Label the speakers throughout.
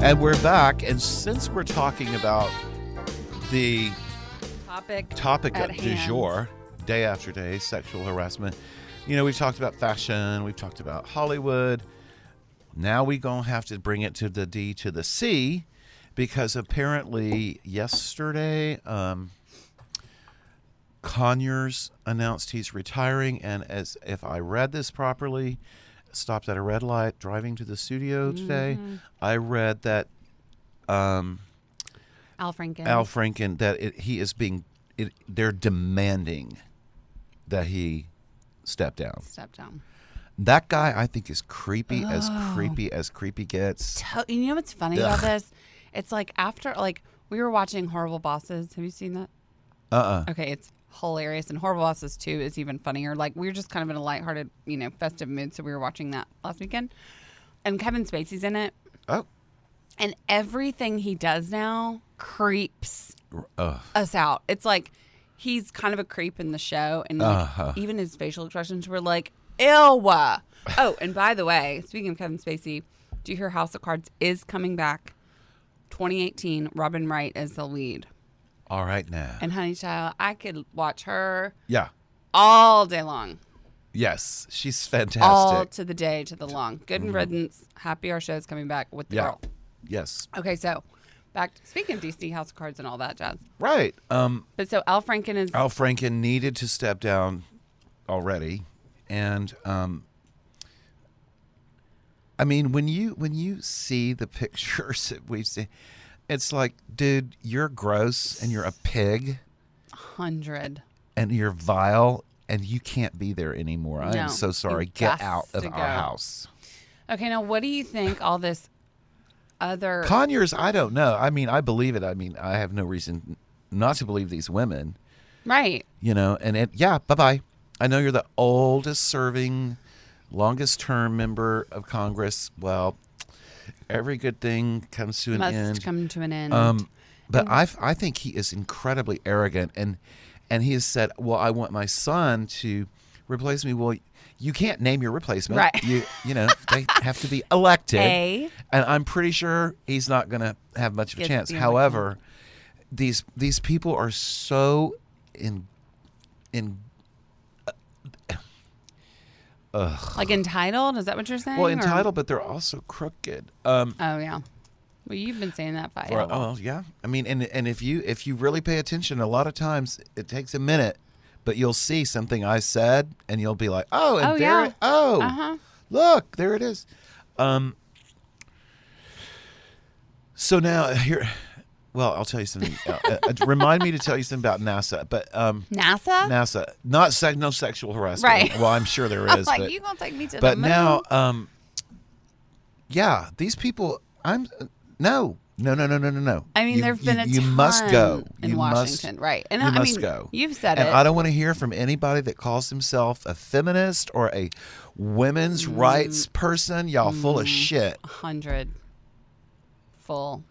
Speaker 1: And we're back. And since we're talking about the
Speaker 2: Topic.
Speaker 1: topic
Speaker 2: at
Speaker 1: of du
Speaker 2: hand.
Speaker 1: jour, day after day, sexual harassment, you know, we've talked about fashion, we've talked about Hollywood. Now we going to have to bring it to the D to the C because apparently yesterday, um, Conyers announced he's retiring, and as if I read this properly, stopped at a red light driving to the studio today.
Speaker 2: Mm-hmm.
Speaker 1: I read that um,
Speaker 2: Al Franken.
Speaker 1: Al Franken that it, he is being it, they're demanding that he step down.
Speaker 2: Step down.
Speaker 1: That guy I think is creepy as creepy as creepy gets.
Speaker 2: To- you know what's funny about this? It's like after like we were watching Horrible Bosses. Have you seen that?
Speaker 1: Uh uh
Speaker 2: Okay, it's hilarious, and Horrible Bosses Two is even funnier. Like we were just kind of in a lighthearted, you know, festive mood, so we were watching that last weekend, and Kevin Spacey's in it,
Speaker 1: Oh.
Speaker 2: and everything he does now creeps
Speaker 1: Uh,
Speaker 2: us out. It's like he's kind of a creep in the show, and like,
Speaker 1: Uh-huh.
Speaker 2: even his facial expressions were like, "Ew." Oh, and by the way, speaking of Kevin Spacey, do you hear House of Cards is coming back? 2018, Robin Wright is the lead,
Speaker 1: all right now.
Speaker 2: and Honey Child, I could watch her
Speaker 1: yeah.
Speaker 2: all day long,
Speaker 1: Yes, she's fantastic. Mm-hmm.
Speaker 2: all to the day to the long. Good and riddance. Happy our show's coming back with the
Speaker 1: yeah.
Speaker 2: girl.
Speaker 1: Yes.
Speaker 2: Okay, so back to, speaking of DC House of Cards and all that jazz.
Speaker 1: Right. Um
Speaker 2: But so Al Franken is
Speaker 1: Al Franken needed to step down already, and um, I mean, when you when you see the pictures that we've seen, it's like, dude, you're gross and you're a pig
Speaker 2: hundred.
Speaker 1: and you're vile and you can't be there anymore. I
Speaker 2: No,
Speaker 1: am so
Speaker 2: you
Speaker 1: sorry. Get
Speaker 2: gots
Speaker 1: out of
Speaker 2: to
Speaker 1: our
Speaker 2: go.
Speaker 1: house.
Speaker 2: Okay, now what do you think all this other
Speaker 1: Conyers, I don't know. I mean, I believe it. I mean, I have no reason not to believe these women.
Speaker 2: right?
Speaker 1: you know and it yeah bye bye i know you're the oldest serving longest term member of congress well every good thing comes to an
Speaker 2: must
Speaker 1: end
Speaker 2: come to an end.
Speaker 1: um but i i think he is incredibly arrogant and and he has said well i want my son to replace me well you can't name your replacement
Speaker 2: Right.
Speaker 1: you you know they have to be elected
Speaker 2: A.
Speaker 1: and i'm pretty sure he's not going to have much of a
Speaker 2: Gets
Speaker 1: chance
Speaker 2: the only
Speaker 1: however these these people are so in in
Speaker 2: like entitled? Is that what you're saying?
Speaker 1: well
Speaker 2: or-
Speaker 1: entitled but they're also crooked um
Speaker 2: Oh yeah. Well, you've been saying that fight.
Speaker 1: or- oh yeah i mean and and if you if you really pay attention a lot of times it takes a minute but you'll see something i said and you'll be like oh and
Speaker 2: Oh,
Speaker 1: there
Speaker 2: yeah.
Speaker 1: it, oh
Speaker 2: Uh-huh.
Speaker 1: look there it is um so now here well i'll tell you something uh, uh, remind me to tell you something about nasa but um
Speaker 2: NASA.
Speaker 1: NASA, not sex, no sexual harassment.
Speaker 2: Right.
Speaker 1: Well, I'm sure there
Speaker 2: I'm
Speaker 1: is,
Speaker 2: like
Speaker 1: but,
Speaker 2: you gonna take me to the
Speaker 1: but
Speaker 2: moon?
Speaker 1: now, um, yeah, these people. I'm uh, no, no, no, no, no, no, no.
Speaker 2: I mean,
Speaker 1: You-
Speaker 2: there've been
Speaker 1: you, you
Speaker 2: a
Speaker 1: must go
Speaker 2: ton in
Speaker 1: You must-
Speaker 2: Washington, right. And
Speaker 1: you
Speaker 2: I- I
Speaker 1: must
Speaker 2: mean,
Speaker 1: go.
Speaker 2: you've said
Speaker 1: and
Speaker 2: it.
Speaker 1: I don't want to hear from anybody that calls himself a feminist or a women's
Speaker 2: Mm.
Speaker 1: rights person. Y'all full of shit.
Speaker 2: hundred. Full.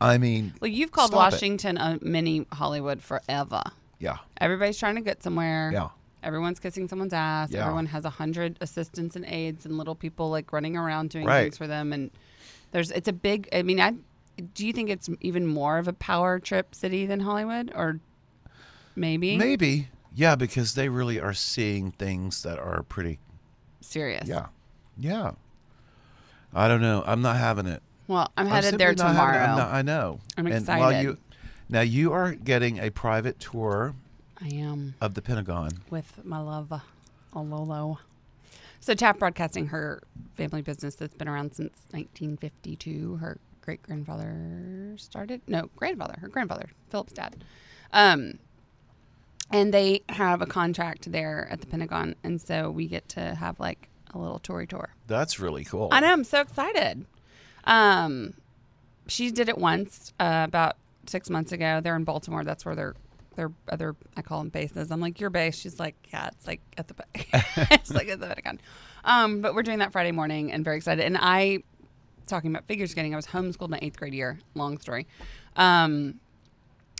Speaker 1: I mean,
Speaker 2: Well, you've called
Speaker 1: Stop it.
Speaker 2: Washington a mini Hollywood forever.
Speaker 1: yeah,
Speaker 2: Everybody's trying to get somewhere.
Speaker 1: Yeah.
Speaker 2: Everyone's kissing someone's ass.
Speaker 1: Yeah.
Speaker 2: Everyone has a hundred assistants and aides and little people like running around doing
Speaker 1: Right.
Speaker 2: things for them. And there's it's a big. I mean, I do you think it's even more of a power trip city than Hollywood, or maybe,
Speaker 1: maybe, yeah, because they really are seeing things that are pretty.
Speaker 2: serious?
Speaker 1: Yeah, yeah. I don't know. I'm not having it.
Speaker 2: Well, I'm
Speaker 1: I'm
Speaker 2: headed
Speaker 1: simply
Speaker 2: there
Speaker 1: not having it.
Speaker 2: tomorrow.
Speaker 1: I'm not- I know.
Speaker 2: I'm
Speaker 1: and While
Speaker 2: excited.
Speaker 1: you, now you are getting a private tour
Speaker 2: I am
Speaker 1: of the Pentagon.
Speaker 2: with my love, Ololo. So Tap Broadcasting, her family business that's been around since 1952. Her great grandfather started. No, grandfather. Her grandfather, Philip's dad. Um, and they have a contract there at the Pentagon, and so we get to have like a little tour tour.
Speaker 1: That's really cool.
Speaker 2: I know. I'm so excited. Um, she did it once uh, about six months ago. They're in Baltimore. That's where their their other I call them bases. I'm like your base. She's like yeah. It's like at the it's like at the Pentagon. Um, but we're doing that Friday morning and very excited. And I talking about figure skating. I was homeschooled my eighth grade year. Long story. Um,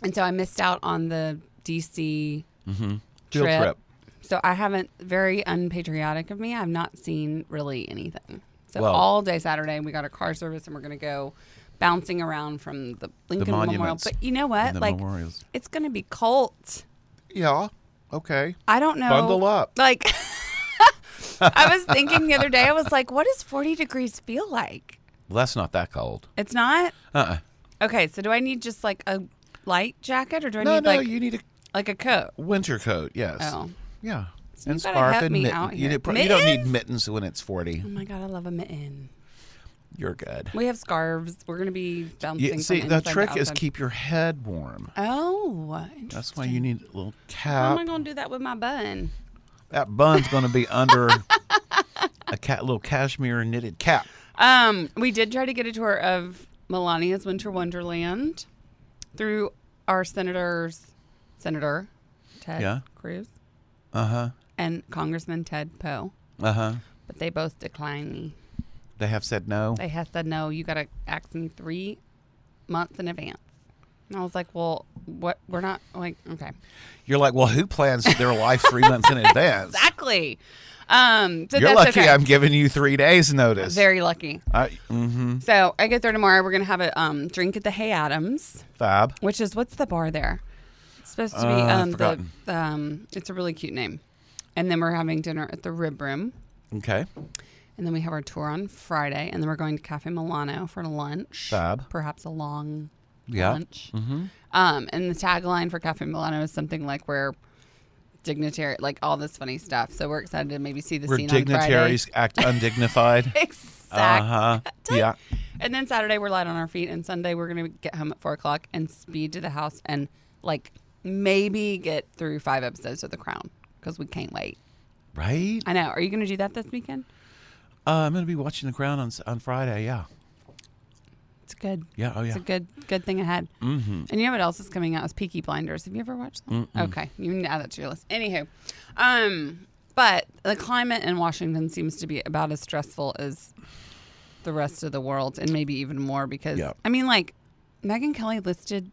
Speaker 2: and so I missed out on the DC
Speaker 1: Field
Speaker 2: trip.
Speaker 1: trip.
Speaker 2: So I haven't very unpatriotic of me. I've not seen really anything. So
Speaker 1: Well-
Speaker 2: all day Saturday we got a car service and we're gonna go bouncing around from the Lincoln Memorial.
Speaker 1: monuments
Speaker 2: But you know
Speaker 1: and
Speaker 2: what?
Speaker 1: the
Speaker 2: Like
Speaker 1: memorials.
Speaker 2: it's going to be cult.
Speaker 1: Yeah. Okay.
Speaker 2: I don't know.
Speaker 1: Bundle up.
Speaker 2: Like I was thinking the other day, I was like, what does 40 degrees feel like?
Speaker 1: Well, that's not that cold.
Speaker 2: It's not.
Speaker 1: Uh-uh.
Speaker 2: Okay, so do I need just like a light jacket or do I
Speaker 1: No,
Speaker 2: need
Speaker 1: no,
Speaker 2: like
Speaker 1: you need a
Speaker 2: like a coat?
Speaker 1: winter coat. Yes.
Speaker 2: Oh.
Speaker 1: Yeah.
Speaker 2: So you gotta help me
Speaker 1: mitten-
Speaker 2: out
Speaker 1: you
Speaker 2: here.
Speaker 1: did pro- you don't need
Speaker 2: Mittens?
Speaker 1: mittens when it's 40.
Speaker 2: Oh my god, I love a mitten.
Speaker 1: You're good.
Speaker 2: We have scarves. We're gonna be bouncing.
Speaker 1: You, see,
Speaker 2: from
Speaker 1: the
Speaker 2: inside to
Speaker 1: trick is
Speaker 2: outside.
Speaker 1: keep your head warm.
Speaker 2: Oh,
Speaker 1: That's
Speaker 2: interesting.
Speaker 1: why you need a little
Speaker 2: How
Speaker 1: cap.
Speaker 2: am I gonna do that with my bun?
Speaker 1: that bun's going to be under a cat, little cashmere knitted cap.
Speaker 2: Um, we did try to get a tour of Melania's Winter Wonderland through our senators, Senator Ted
Speaker 1: Yeah.
Speaker 2: Cruz
Speaker 1: Uh huh.
Speaker 2: and Congressman Ted Poe,
Speaker 1: Uh huh.
Speaker 2: but they both declined me.
Speaker 1: They have said no.
Speaker 2: They had said no. You gotta ask me three months in advance. And I was like, well, what? We're not like okay.
Speaker 1: You're like, well, who plans their life three months in advance?
Speaker 2: Exactly. Um, so
Speaker 1: You're
Speaker 2: that's
Speaker 1: lucky
Speaker 2: okay.
Speaker 1: I'm giving you three days' notice.
Speaker 2: very lucky.
Speaker 1: I, mm-hmm.
Speaker 2: So I get there tomorrow. We're gonna have a um, drink at the Hay Adams,
Speaker 1: Fab.
Speaker 2: which is what's the bar there? It's supposed to be
Speaker 1: Uh, I've
Speaker 2: um, the,
Speaker 1: forgotten.
Speaker 2: um, it's a really cute name. And then we're having dinner at the Rib Room,
Speaker 1: Okay.
Speaker 2: and then we have our tour on Friday, and then we're going to Cafe Milano for lunch,
Speaker 1: Fab.
Speaker 2: perhaps a long
Speaker 1: Yeah. Mm-hmm.
Speaker 2: lunch. Um, and the tagline for Cafe Milano is something like "We're dignitary," like all this funny stuff. So we're excited to maybe see the
Speaker 1: Where
Speaker 2: scene
Speaker 1: dignitaries act undignified.
Speaker 2: on Friday. Exactly.
Speaker 1: uh huh. Yeah.
Speaker 2: And then Saturday we're light on our feet, and Sunday we're gonna get home at four o'clock and speed to the house and like maybe get through five episodes of The Crown because we can't wait.
Speaker 1: Right.
Speaker 2: I know. Are you gonna do that this weekend?
Speaker 1: Uh, I'm going to be watching the ground on s- on Friday. Yeah.
Speaker 2: It's good.
Speaker 1: Yeah. Oh yeah.
Speaker 2: It's a good good thing ahead. Mm-hmm. And you know what else is coming out is Peaky Blinders. Have you ever watched that? Okay, you can add that to your list. Anywho, um, but the climate in Washington seems to be about as stressful as the rest of the world, and maybe even more because
Speaker 1: Yeah.
Speaker 2: I mean, like Megan Kelly listed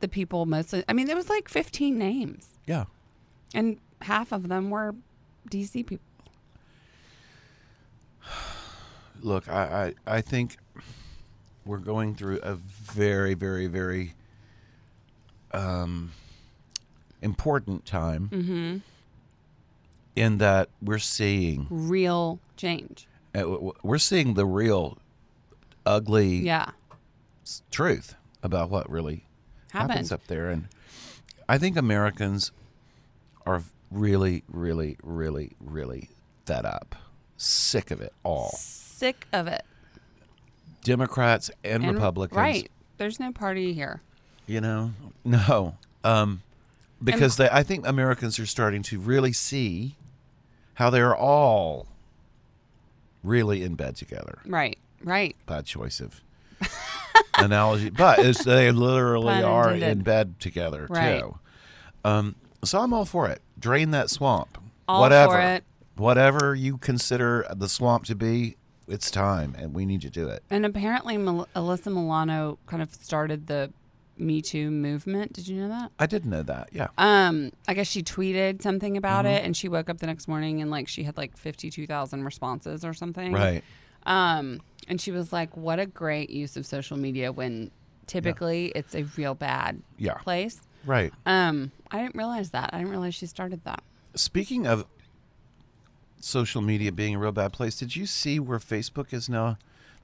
Speaker 2: the people mostly. I mean, there was like 15 names,
Speaker 1: yeah.
Speaker 2: and half of them were DC people.
Speaker 1: Look, I, I I think we're going through a very very very um important time. Mm-hmm. In that we're seeing
Speaker 2: Real change.
Speaker 1: uh, w- w- we're seeing the real ugly
Speaker 2: Yeah,
Speaker 1: s- truth about what really
Speaker 2: happened.
Speaker 1: happens up there. And I think Americans are really, really, really, really fed up, sick of it all.
Speaker 2: Sick of it.
Speaker 1: Democrats and,
Speaker 2: And-
Speaker 1: Republicans,
Speaker 2: Right. There's no party here.
Speaker 1: You know, no, um, because they, I think Americans are starting to really see how they are all really in bed together.
Speaker 2: Right. Right.
Speaker 1: Bad choice of analogy, but it's, they literally
Speaker 2: Pun
Speaker 1: are
Speaker 2: intended.
Speaker 1: in bed together
Speaker 2: Right.
Speaker 1: too. Um, so I'm all for it. Drain that swamp.
Speaker 2: All
Speaker 1: whatever,
Speaker 2: for it.
Speaker 1: whatever you consider the swamp to be, it's time, and we need to do it.
Speaker 2: And apparently, Mel- Alyssa Milano kind of started the Me Too movement. Did you know that?
Speaker 1: I didn't know that. Yeah.
Speaker 2: Um, I guess she tweeted something about
Speaker 1: Mm-hmm.
Speaker 2: it, and she woke up the next morning and like she had like fifty-two thousand responses or something.
Speaker 1: Right.
Speaker 2: Um, and she was like, "What a great use of social media when typically it's a real bad
Speaker 1: Yeah.
Speaker 2: place."
Speaker 1: Right.
Speaker 2: Um, I didn't realize that. I didn't realize she started that.
Speaker 1: Speaking of social media being a real bad place, did you see where Facebook is now?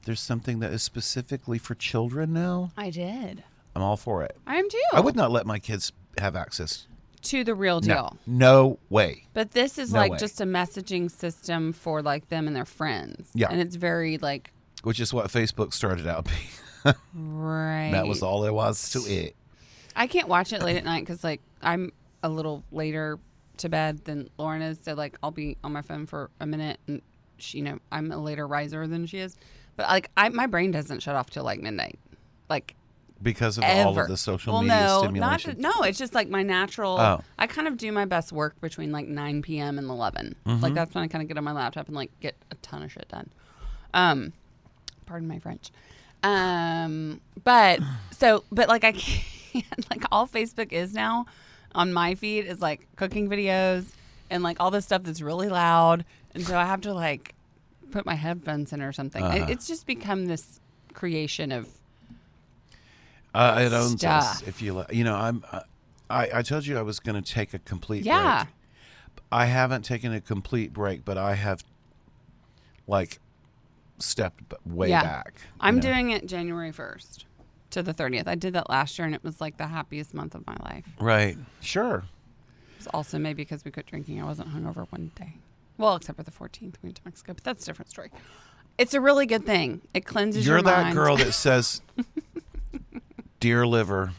Speaker 1: There's something that is specifically for children now.
Speaker 2: I did.
Speaker 1: I'm all for it.
Speaker 2: I am too.
Speaker 1: I would not let my kids have access.
Speaker 2: to the real deal.
Speaker 1: No, no way.
Speaker 2: But this is
Speaker 1: No
Speaker 2: like
Speaker 1: way.
Speaker 2: just a messaging system for like them and their friends.
Speaker 1: Yeah.
Speaker 2: And it's very like
Speaker 1: Which is what Facebook started out being.
Speaker 2: right.
Speaker 1: That was all there was to it.
Speaker 2: I can't watch it late at night because like I'm a little later to bed than Lauren is, so like I'll be on my phone for a minute, and she, you know, I'm a later riser than she is. But like I, my brain doesn't shut off till like midnight, like
Speaker 1: because of
Speaker 2: ever.
Speaker 1: all of the social
Speaker 2: well,
Speaker 1: media
Speaker 2: no,
Speaker 1: stimulation.
Speaker 2: Not, no, it's just like my natural.
Speaker 1: Oh.
Speaker 2: I kind of do my best work between like 9 p.m. and 11.
Speaker 1: Mm-hmm.
Speaker 2: Like that's when I kind of get on my laptop and like get a ton of shit done. Um, pardon my French. Um, but so, but like I can't. Like all Facebook is now on my feed is like cooking videos and like all this stuff that's really loud, and so I have to like put my headphones in or something. It-
Speaker 1: Uh-huh.
Speaker 2: it's just become this creation of
Speaker 1: Uh, it owns us.
Speaker 2: Stuff.
Speaker 1: If you, li- you know, I'm. I, I told you I was going to take a complete.
Speaker 2: Yeah.
Speaker 1: Break. I haven't taken a complete break, but I have, like, stepped b- way
Speaker 2: Yeah.
Speaker 1: back. you
Speaker 2: I'm
Speaker 1: know?
Speaker 2: doing it January 1st to the 30th. I did that last year and it was like the happiest month of my life.
Speaker 1: right. Sure.
Speaker 2: It's also maybe because we quit drinking. I wasn't hungover one day. Well, except for the 14th. We went to Mexico, but that's a different story. It's a really good thing. It cleanses
Speaker 1: You're
Speaker 2: your
Speaker 1: that
Speaker 2: mind.
Speaker 1: girl that says, "Dear liver,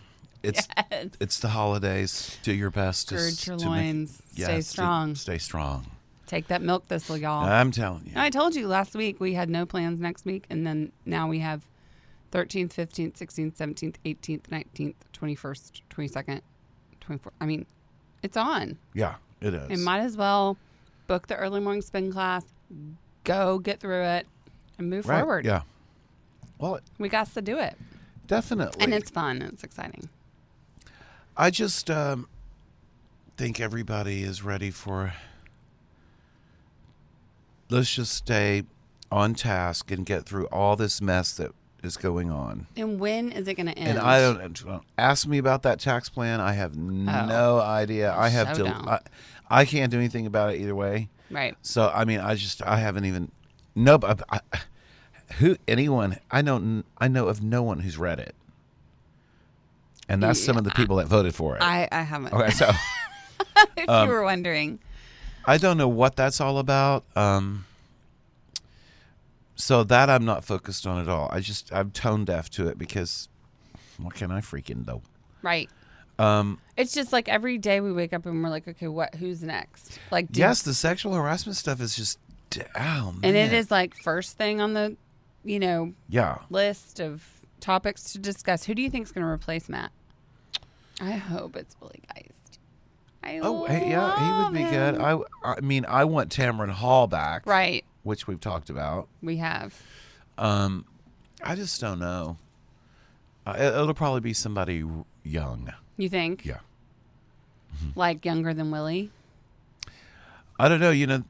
Speaker 1: it's
Speaker 2: yes.
Speaker 1: it's the holidays. Do your best. to
Speaker 2: Gird
Speaker 1: s-
Speaker 2: your
Speaker 1: to make-
Speaker 2: loins.
Speaker 1: yes,
Speaker 2: Stay
Speaker 1: to
Speaker 2: strong.
Speaker 1: Stay strong.
Speaker 2: Take that milk thistle, y'all.
Speaker 1: I'm telling you.
Speaker 2: And I told you last week we had no plans next week, and then now we have 13th, 15th, 16th, 17th, 18th, 19th, 21st, 22nd, 24th. I mean, it's on.
Speaker 1: yeah, it is.
Speaker 2: And might as well book the early morning spin class, go get through it, and move
Speaker 1: right.
Speaker 2: forward.
Speaker 1: Yeah. Well,
Speaker 2: We got to do it.
Speaker 1: definitely.
Speaker 2: And it's fun and it's exciting.
Speaker 1: I just um, think everybody is ready for. Let's just stay on task and get through all this mess that is going on.
Speaker 2: And when is it going to end?
Speaker 1: And I don't don't ask me about that tax plan. I have no idea. I have
Speaker 2: Oh. So
Speaker 1: to.
Speaker 2: don't.
Speaker 1: I, I can't do anything about it either way.
Speaker 2: Right.
Speaker 1: So I mean, I just I haven't even. Nope. I, I, who anyone I know n- I know of no one who's read it, and that's some of the people that voted for it.
Speaker 2: I, I haven't.
Speaker 1: okay, um, so.
Speaker 2: if you were wondering.
Speaker 1: I don't know what that's all about. Um, so that I'm not focused on at all. I just I'm tone deaf to it because what can I freaking do?
Speaker 2: Right.
Speaker 1: Um,
Speaker 2: It's just like every day we wake up and we're like, okay, what? Who's next? Like, do-
Speaker 1: yes, the sexual harassment stuff is just d- oh man.
Speaker 2: and it is like first thing on the, you know,
Speaker 1: yeah.
Speaker 2: list of topics to discuss. Who do you think is going to replace Matt? I hope it's Billy Geist. I
Speaker 1: Oh hey, yeah, he would be
Speaker 2: love
Speaker 1: good.
Speaker 2: him.
Speaker 1: I I mean I want Tamron Hall back,
Speaker 2: Oh, right.
Speaker 1: Which we've talked about.
Speaker 2: We have.
Speaker 1: Um, I just don't know. Uh, it, it'll probably be somebody r- young.
Speaker 2: You think?
Speaker 1: Yeah.
Speaker 2: Like younger than Willie?
Speaker 1: I don't know. You know,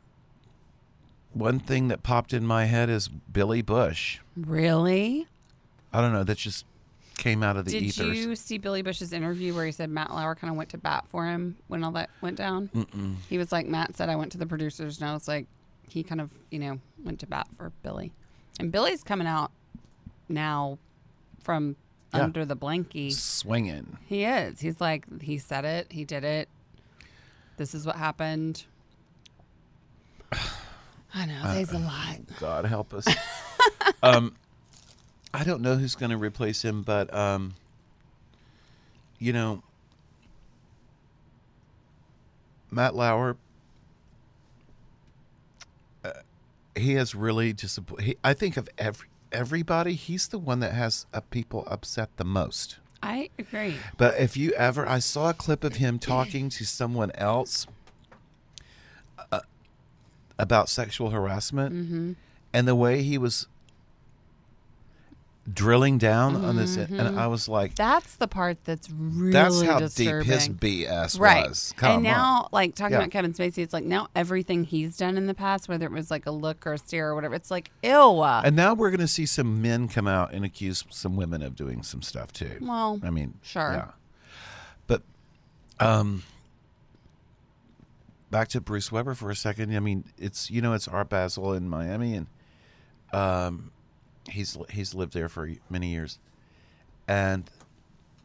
Speaker 1: one thing that popped in my head is Billy Bush.
Speaker 2: Really?
Speaker 1: I don't know. That just came out of the
Speaker 2: Did
Speaker 1: ethers.
Speaker 2: you see Billy Bush's interview where he said Matt Lauer kind of went to bat for him when all that went down?
Speaker 1: Mm-mm.
Speaker 2: He was like, Matt said, I went to the producers, and I was like, he kind of, you know, went to bat for Billy. And Billy's coming out now from
Speaker 1: Yeah.
Speaker 2: under the blankie.
Speaker 1: Swinging.
Speaker 2: He is. He's like, he said it. He did it. This is what happened. I know.
Speaker 1: Uh,
Speaker 2: There's a lot.
Speaker 1: God help us. um, I don't know who's going to replace him, but um, you know, Matt Lauer. uh, He has really disappointed. I think of every everybody, he's the one that has uh, people upset the most.
Speaker 2: I agree.
Speaker 1: But if you ever, I saw a clip of him talking to someone else uh, about sexual harassment
Speaker 2: Mm-hmm.
Speaker 1: and the way he was drilling down on this, and I was like,
Speaker 2: Mm-hmm. That's the part that's really
Speaker 1: that's how
Speaker 2: disturbing.
Speaker 1: deep his BS
Speaker 2: Right.
Speaker 1: was. Come
Speaker 2: and
Speaker 1: on.
Speaker 2: now, like talking
Speaker 1: Yeah.
Speaker 2: about Kevin Spacey, it's like now everything he's done in the past, whether it was like a look or a stare or whatever, it's like, ew.
Speaker 1: And now we're going to see some men come out and accuse some women of doing some stuff too.
Speaker 2: well,
Speaker 1: I mean,
Speaker 2: Sure.
Speaker 1: yeah. But um, back to Bruce Weber for a second. I mean, it's you know it's Art Basel in Miami, and um, he's he's lived there for many years, and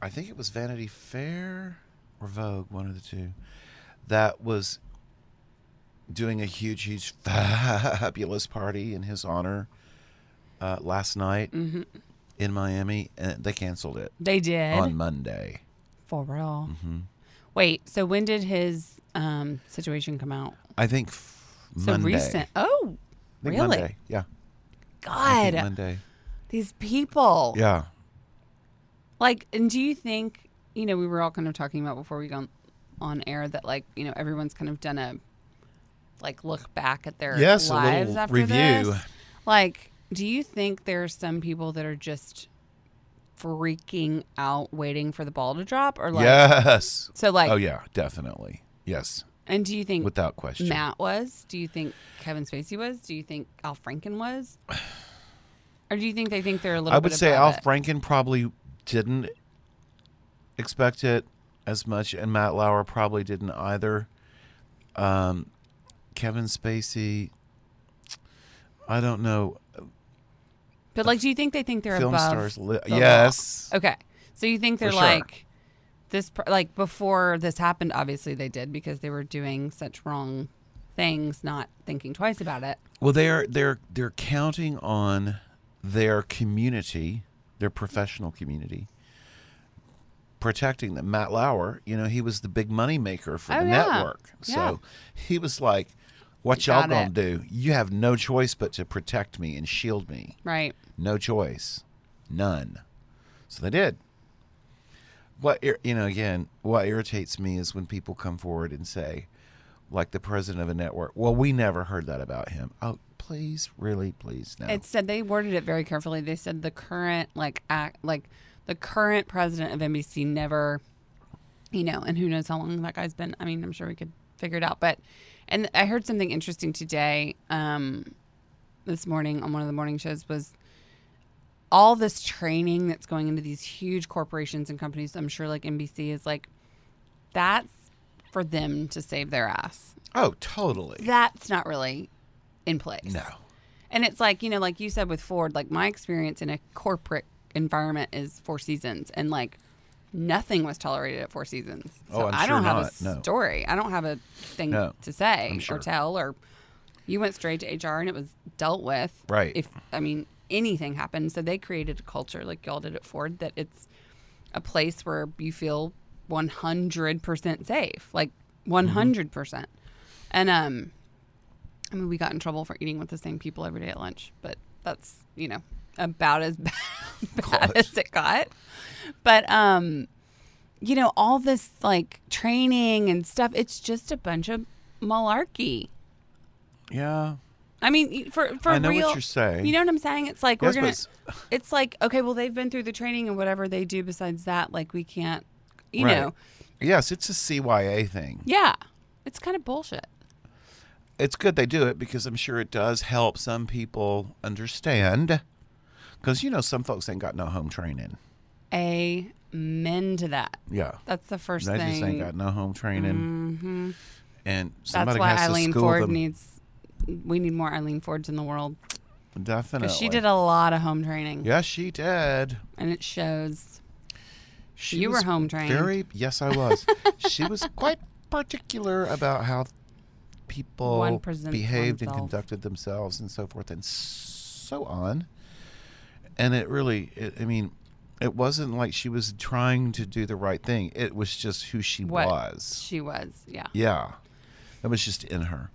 Speaker 1: I think it was Vanity Fair or Vogue, one of the two, that was doing a huge, huge, fabulous party in his honor uh, last night in Miami, and they canceled it
Speaker 2: they did.
Speaker 1: on Mm-hmm. Monday.
Speaker 2: For real. Wait, so when did his um, situation come out?
Speaker 1: I think f-
Speaker 2: So
Speaker 1: Monday.
Speaker 2: recent. Oh,
Speaker 1: I think
Speaker 2: really? uh,
Speaker 1: Monday. Yeah. I think
Speaker 2: God,
Speaker 1: Monday.
Speaker 2: these people.
Speaker 1: Yeah.
Speaker 2: Like, and do you think, you know, we were all kind of talking about before we got on air that, like, you know, everyone's kind of done a, like, look back at their
Speaker 1: Yes, a
Speaker 2: lives
Speaker 1: little
Speaker 2: after
Speaker 1: review.
Speaker 2: this? Like, do you think there are some people that are just freaking out waiting for the ball to drop? Or, like,
Speaker 1: yes.
Speaker 2: so, like,
Speaker 1: oh yeah, definitely. Yes,
Speaker 2: and do you think
Speaker 1: without question.
Speaker 2: Matt was? Do you think Kevin Spacey was? Do you think Al Franken was? Or do you think they think they're a little
Speaker 1: I would
Speaker 2: bit
Speaker 1: say Al
Speaker 2: above it?
Speaker 1: Franken probably didn't expect it as much, and Matt Lauer probably didn't either. Um, Kevin Spacey, I don't know.
Speaker 2: But like, do you think they think they're
Speaker 1: Film
Speaker 2: above?
Speaker 1: stars, li-
Speaker 2: the law?
Speaker 1: yes.
Speaker 2: Okay, so you think they're
Speaker 1: sure.
Speaker 2: like this? pr- Like before this happened, obviously they did because they were doing such wrong things, not thinking twice about it.
Speaker 1: Well, they're they're they're counting on their community, their professional community, protecting them. Matt Lauer, you know, he was the big money maker for
Speaker 2: Oh,
Speaker 1: the
Speaker 2: yeah.
Speaker 1: network,
Speaker 2: Yeah.
Speaker 1: so he was like, "What
Speaker 2: You
Speaker 1: y'all
Speaker 2: got
Speaker 1: gonna
Speaker 2: it."
Speaker 1: do? You have no choice but to protect me and shield me.
Speaker 2: Right.
Speaker 1: No choice, none." So they did. What ir- you know, again, what irritates me is when people come forward and say, like the president of a network. Well, we never heard that about him. Oh, please, really, please, no.
Speaker 2: It said they worded it very carefully. They said the current like act like the current president of NBC never, you know, and who knows how long that guy's been. I mean, I'm sure we could figure it out. But and I heard something interesting today, um, this morning on one of the morning shows was all this training that's going into these huge corporations and companies. I'm sure like NBC is like that's for them to save their ass.
Speaker 1: oh, totally.
Speaker 2: That's not really in place.
Speaker 1: No.
Speaker 2: And it's like, you know, like you said with Ford, like my experience in a corporate environment is Four Seasons and like nothing was tolerated at Four Seasons. So
Speaker 1: Oh, I'm
Speaker 2: I don't
Speaker 1: sure not.
Speaker 2: have a
Speaker 1: No.
Speaker 2: story. I don't have a thing
Speaker 1: No,
Speaker 2: to say
Speaker 1: I'm sure.
Speaker 2: or tell or you went straight to HR and it was dealt with.
Speaker 1: Right.
Speaker 2: If I mean anything happened. So they created a culture like y'all did at Ford that it's a place where you feel 100% safe. Like
Speaker 1: Mm-hmm.
Speaker 2: 100%. percent And um I mean, we got in trouble for eating with the same people every day at lunch, but that's you know about as bad, bad
Speaker 1: Gosh.
Speaker 2: as it got. But um, you know, all this like training and stuff—it's just a bunch of malarkey.
Speaker 1: Yeah.
Speaker 2: I mean, y- for for
Speaker 1: I know what
Speaker 2: real,
Speaker 1: you're saying.
Speaker 2: You know what I'm saying? It's like
Speaker 1: Yes, but
Speaker 2: we're gonna.
Speaker 1: it's-
Speaker 2: It's like okay, well, they've been through the training and whatever they do besides that, like we can't, you
Speaker 1: Right.
Speaker 2: know,
Speaker 1: Yes, it's a CYA thing.
Speaker 2: yeah, it's kind of bullshit.
Speaker 1: It's good they do it because I'm sure it does help some people understand. Because, you know, some folks ain't got no home training.
Speaker 2: Amen to that.
Speaker 1: Yeah.
Speaker 2: That's the first
Speaker 1: They
Speaker 2: thing.
Speaker 1: just ain't got no home training.
Speaker 2: Mhm.
Speaker 1: And somebody
Speaker 2: That's why
Speaker 1: has
Speaker 2: Eileen
Speaker 1: to school
Speaker 2: Ford
Speaker 1: them.
Speaker 2: needs. We need more Eileen Fords in the world
Speaker 1: Definitely.
Speaker 2: because she did a lot of home training,
Speaker 1: Yes, she did.
Speaker 2: and it shows.
Speaker 1: She
Speaker 2: You were
Speaker 1: was
Speaker 2: home trained.
Speaker 1: Very yes, I was. she was quite particular about how people
Speaker 2: One presents
Speaker 1: behaved and
Speaker 2: oneself.
Speaker 1: conducted themselves and so forth and so on. And it really, it, I mean, it wasn't like she was trying to do the right thing. It was just who she
Speaker 2: What?
Speaker 1: was.
Speaker 2: She was, yeah.
Speaker 1: Yeah, that was just in her.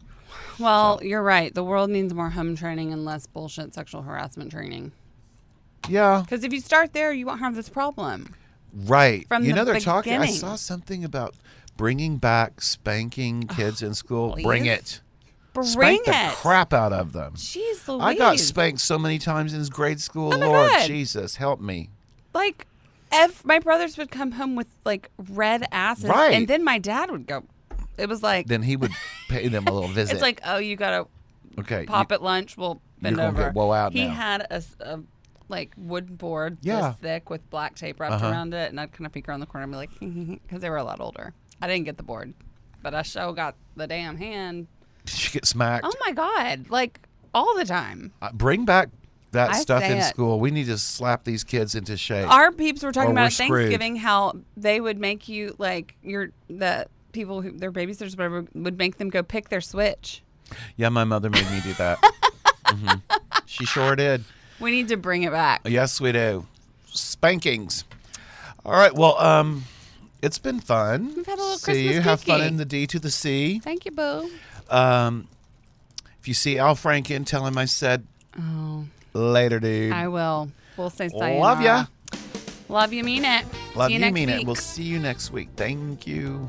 Speaker 2: Well, you're right. The world needs more home training and less bullshit sexual harassment training.
Speaker 1: Yeah,
Speaker 2: Because if you start there, you won't have this problem.
Speaker 1: Right.
Speaker 2: From
Speaker 1: you
Speaker 2: the
Speaker 1: know they're talking. I
Speaker 2: beginning.
Speaker 1: saw something about bringing back spanking kids in school. Bring
Speaker 2: Oh,
Speaker 1: it.
Speaker 2: please. Bring
Speaker 1: Spank
Speaker 2: it.
Speaker 1: the crap out of them.
Speaker 2: Jeez Louise.
Speaker 1: I got spanked so many times in grade school.
Speaker 2: Oh my
Speaker 1: Lord
Speaker 2: God.
Speaker 1: Jesus, help me.
Speaker 2: like. Ev- my brothers would come home with like red asses,
Speaker 1: Right.
Speaker 2: and then my dad would go. It was like
Speaker 1: Then he would pay them a little visit.
Speaker 2: it's like oh, you gotta
Speaker 1: okay,
Speaker 2: pop at lunch. We'll bend
Speaker 1: gonna
Speaker 2: over.
Speaker 1: get woe out
Speaker 2: he
Speaker 1: now.
Speaker 2: had a, s- a, like wood board,
Speaker 1: Yeah.
Speaker 2: this thick with black tape wrapped
Speaker 1: Uh-huh.
Speaker 2: around it, and I'd kind of peek around the corner and be like, because they were a lot older. I didn't get the board, but I sure got the damn hand.
Speaker 1: You, she get smacked.
Speaker 2: Oh my god, like all the time.
Speaker 1: Uh, Bring back that
Speaker 2: I
Speaker 1: stuff
Speaker 2: say
Speaker 1: in
Speaker 2: it.
Speaker 1: school. We need to slap these kids into shape.
Speaker 2: Our peeps were talking
Speaker 1: Or we're
Speaker 2: about at
Speaker 1: screwed.
Speaker 2: Thanksgiving how they would make you like your the people who their babysitters whatever would make them go pick their switch.
Speaker 1: yeah, my mother made me do that. Mhm. She sure did.
Speaker 2: We need to bring it back.
Speaker 1: Yes, we do. Spankings. All right. Well, um, it's been fun.
Speaker 2: We've had a little
Speaker 1: see
Speaker 2: Christmas
Speaker 1: you. Have fun
Speaker 2: cookie.
Speaker 1: in the D to the C.
Speaker 2: Thank you, boo.
Speaker 1: Um, if you see Al Franken, tell him I said
Speaker 2: Oh,
Speaker 1: later, dude.
Speaker 2: I will. We'll say sayonara.
Speaker 1: Love ya.
Speaker 2: Love you, mean it.
Speaker 1: Love
Speaker 2: See
Speaker 1: you,
Speaker 2: next
Speaker 1: mean it.
Speaker 2: week.
Speaker 1: We'll see you next week. Thank you.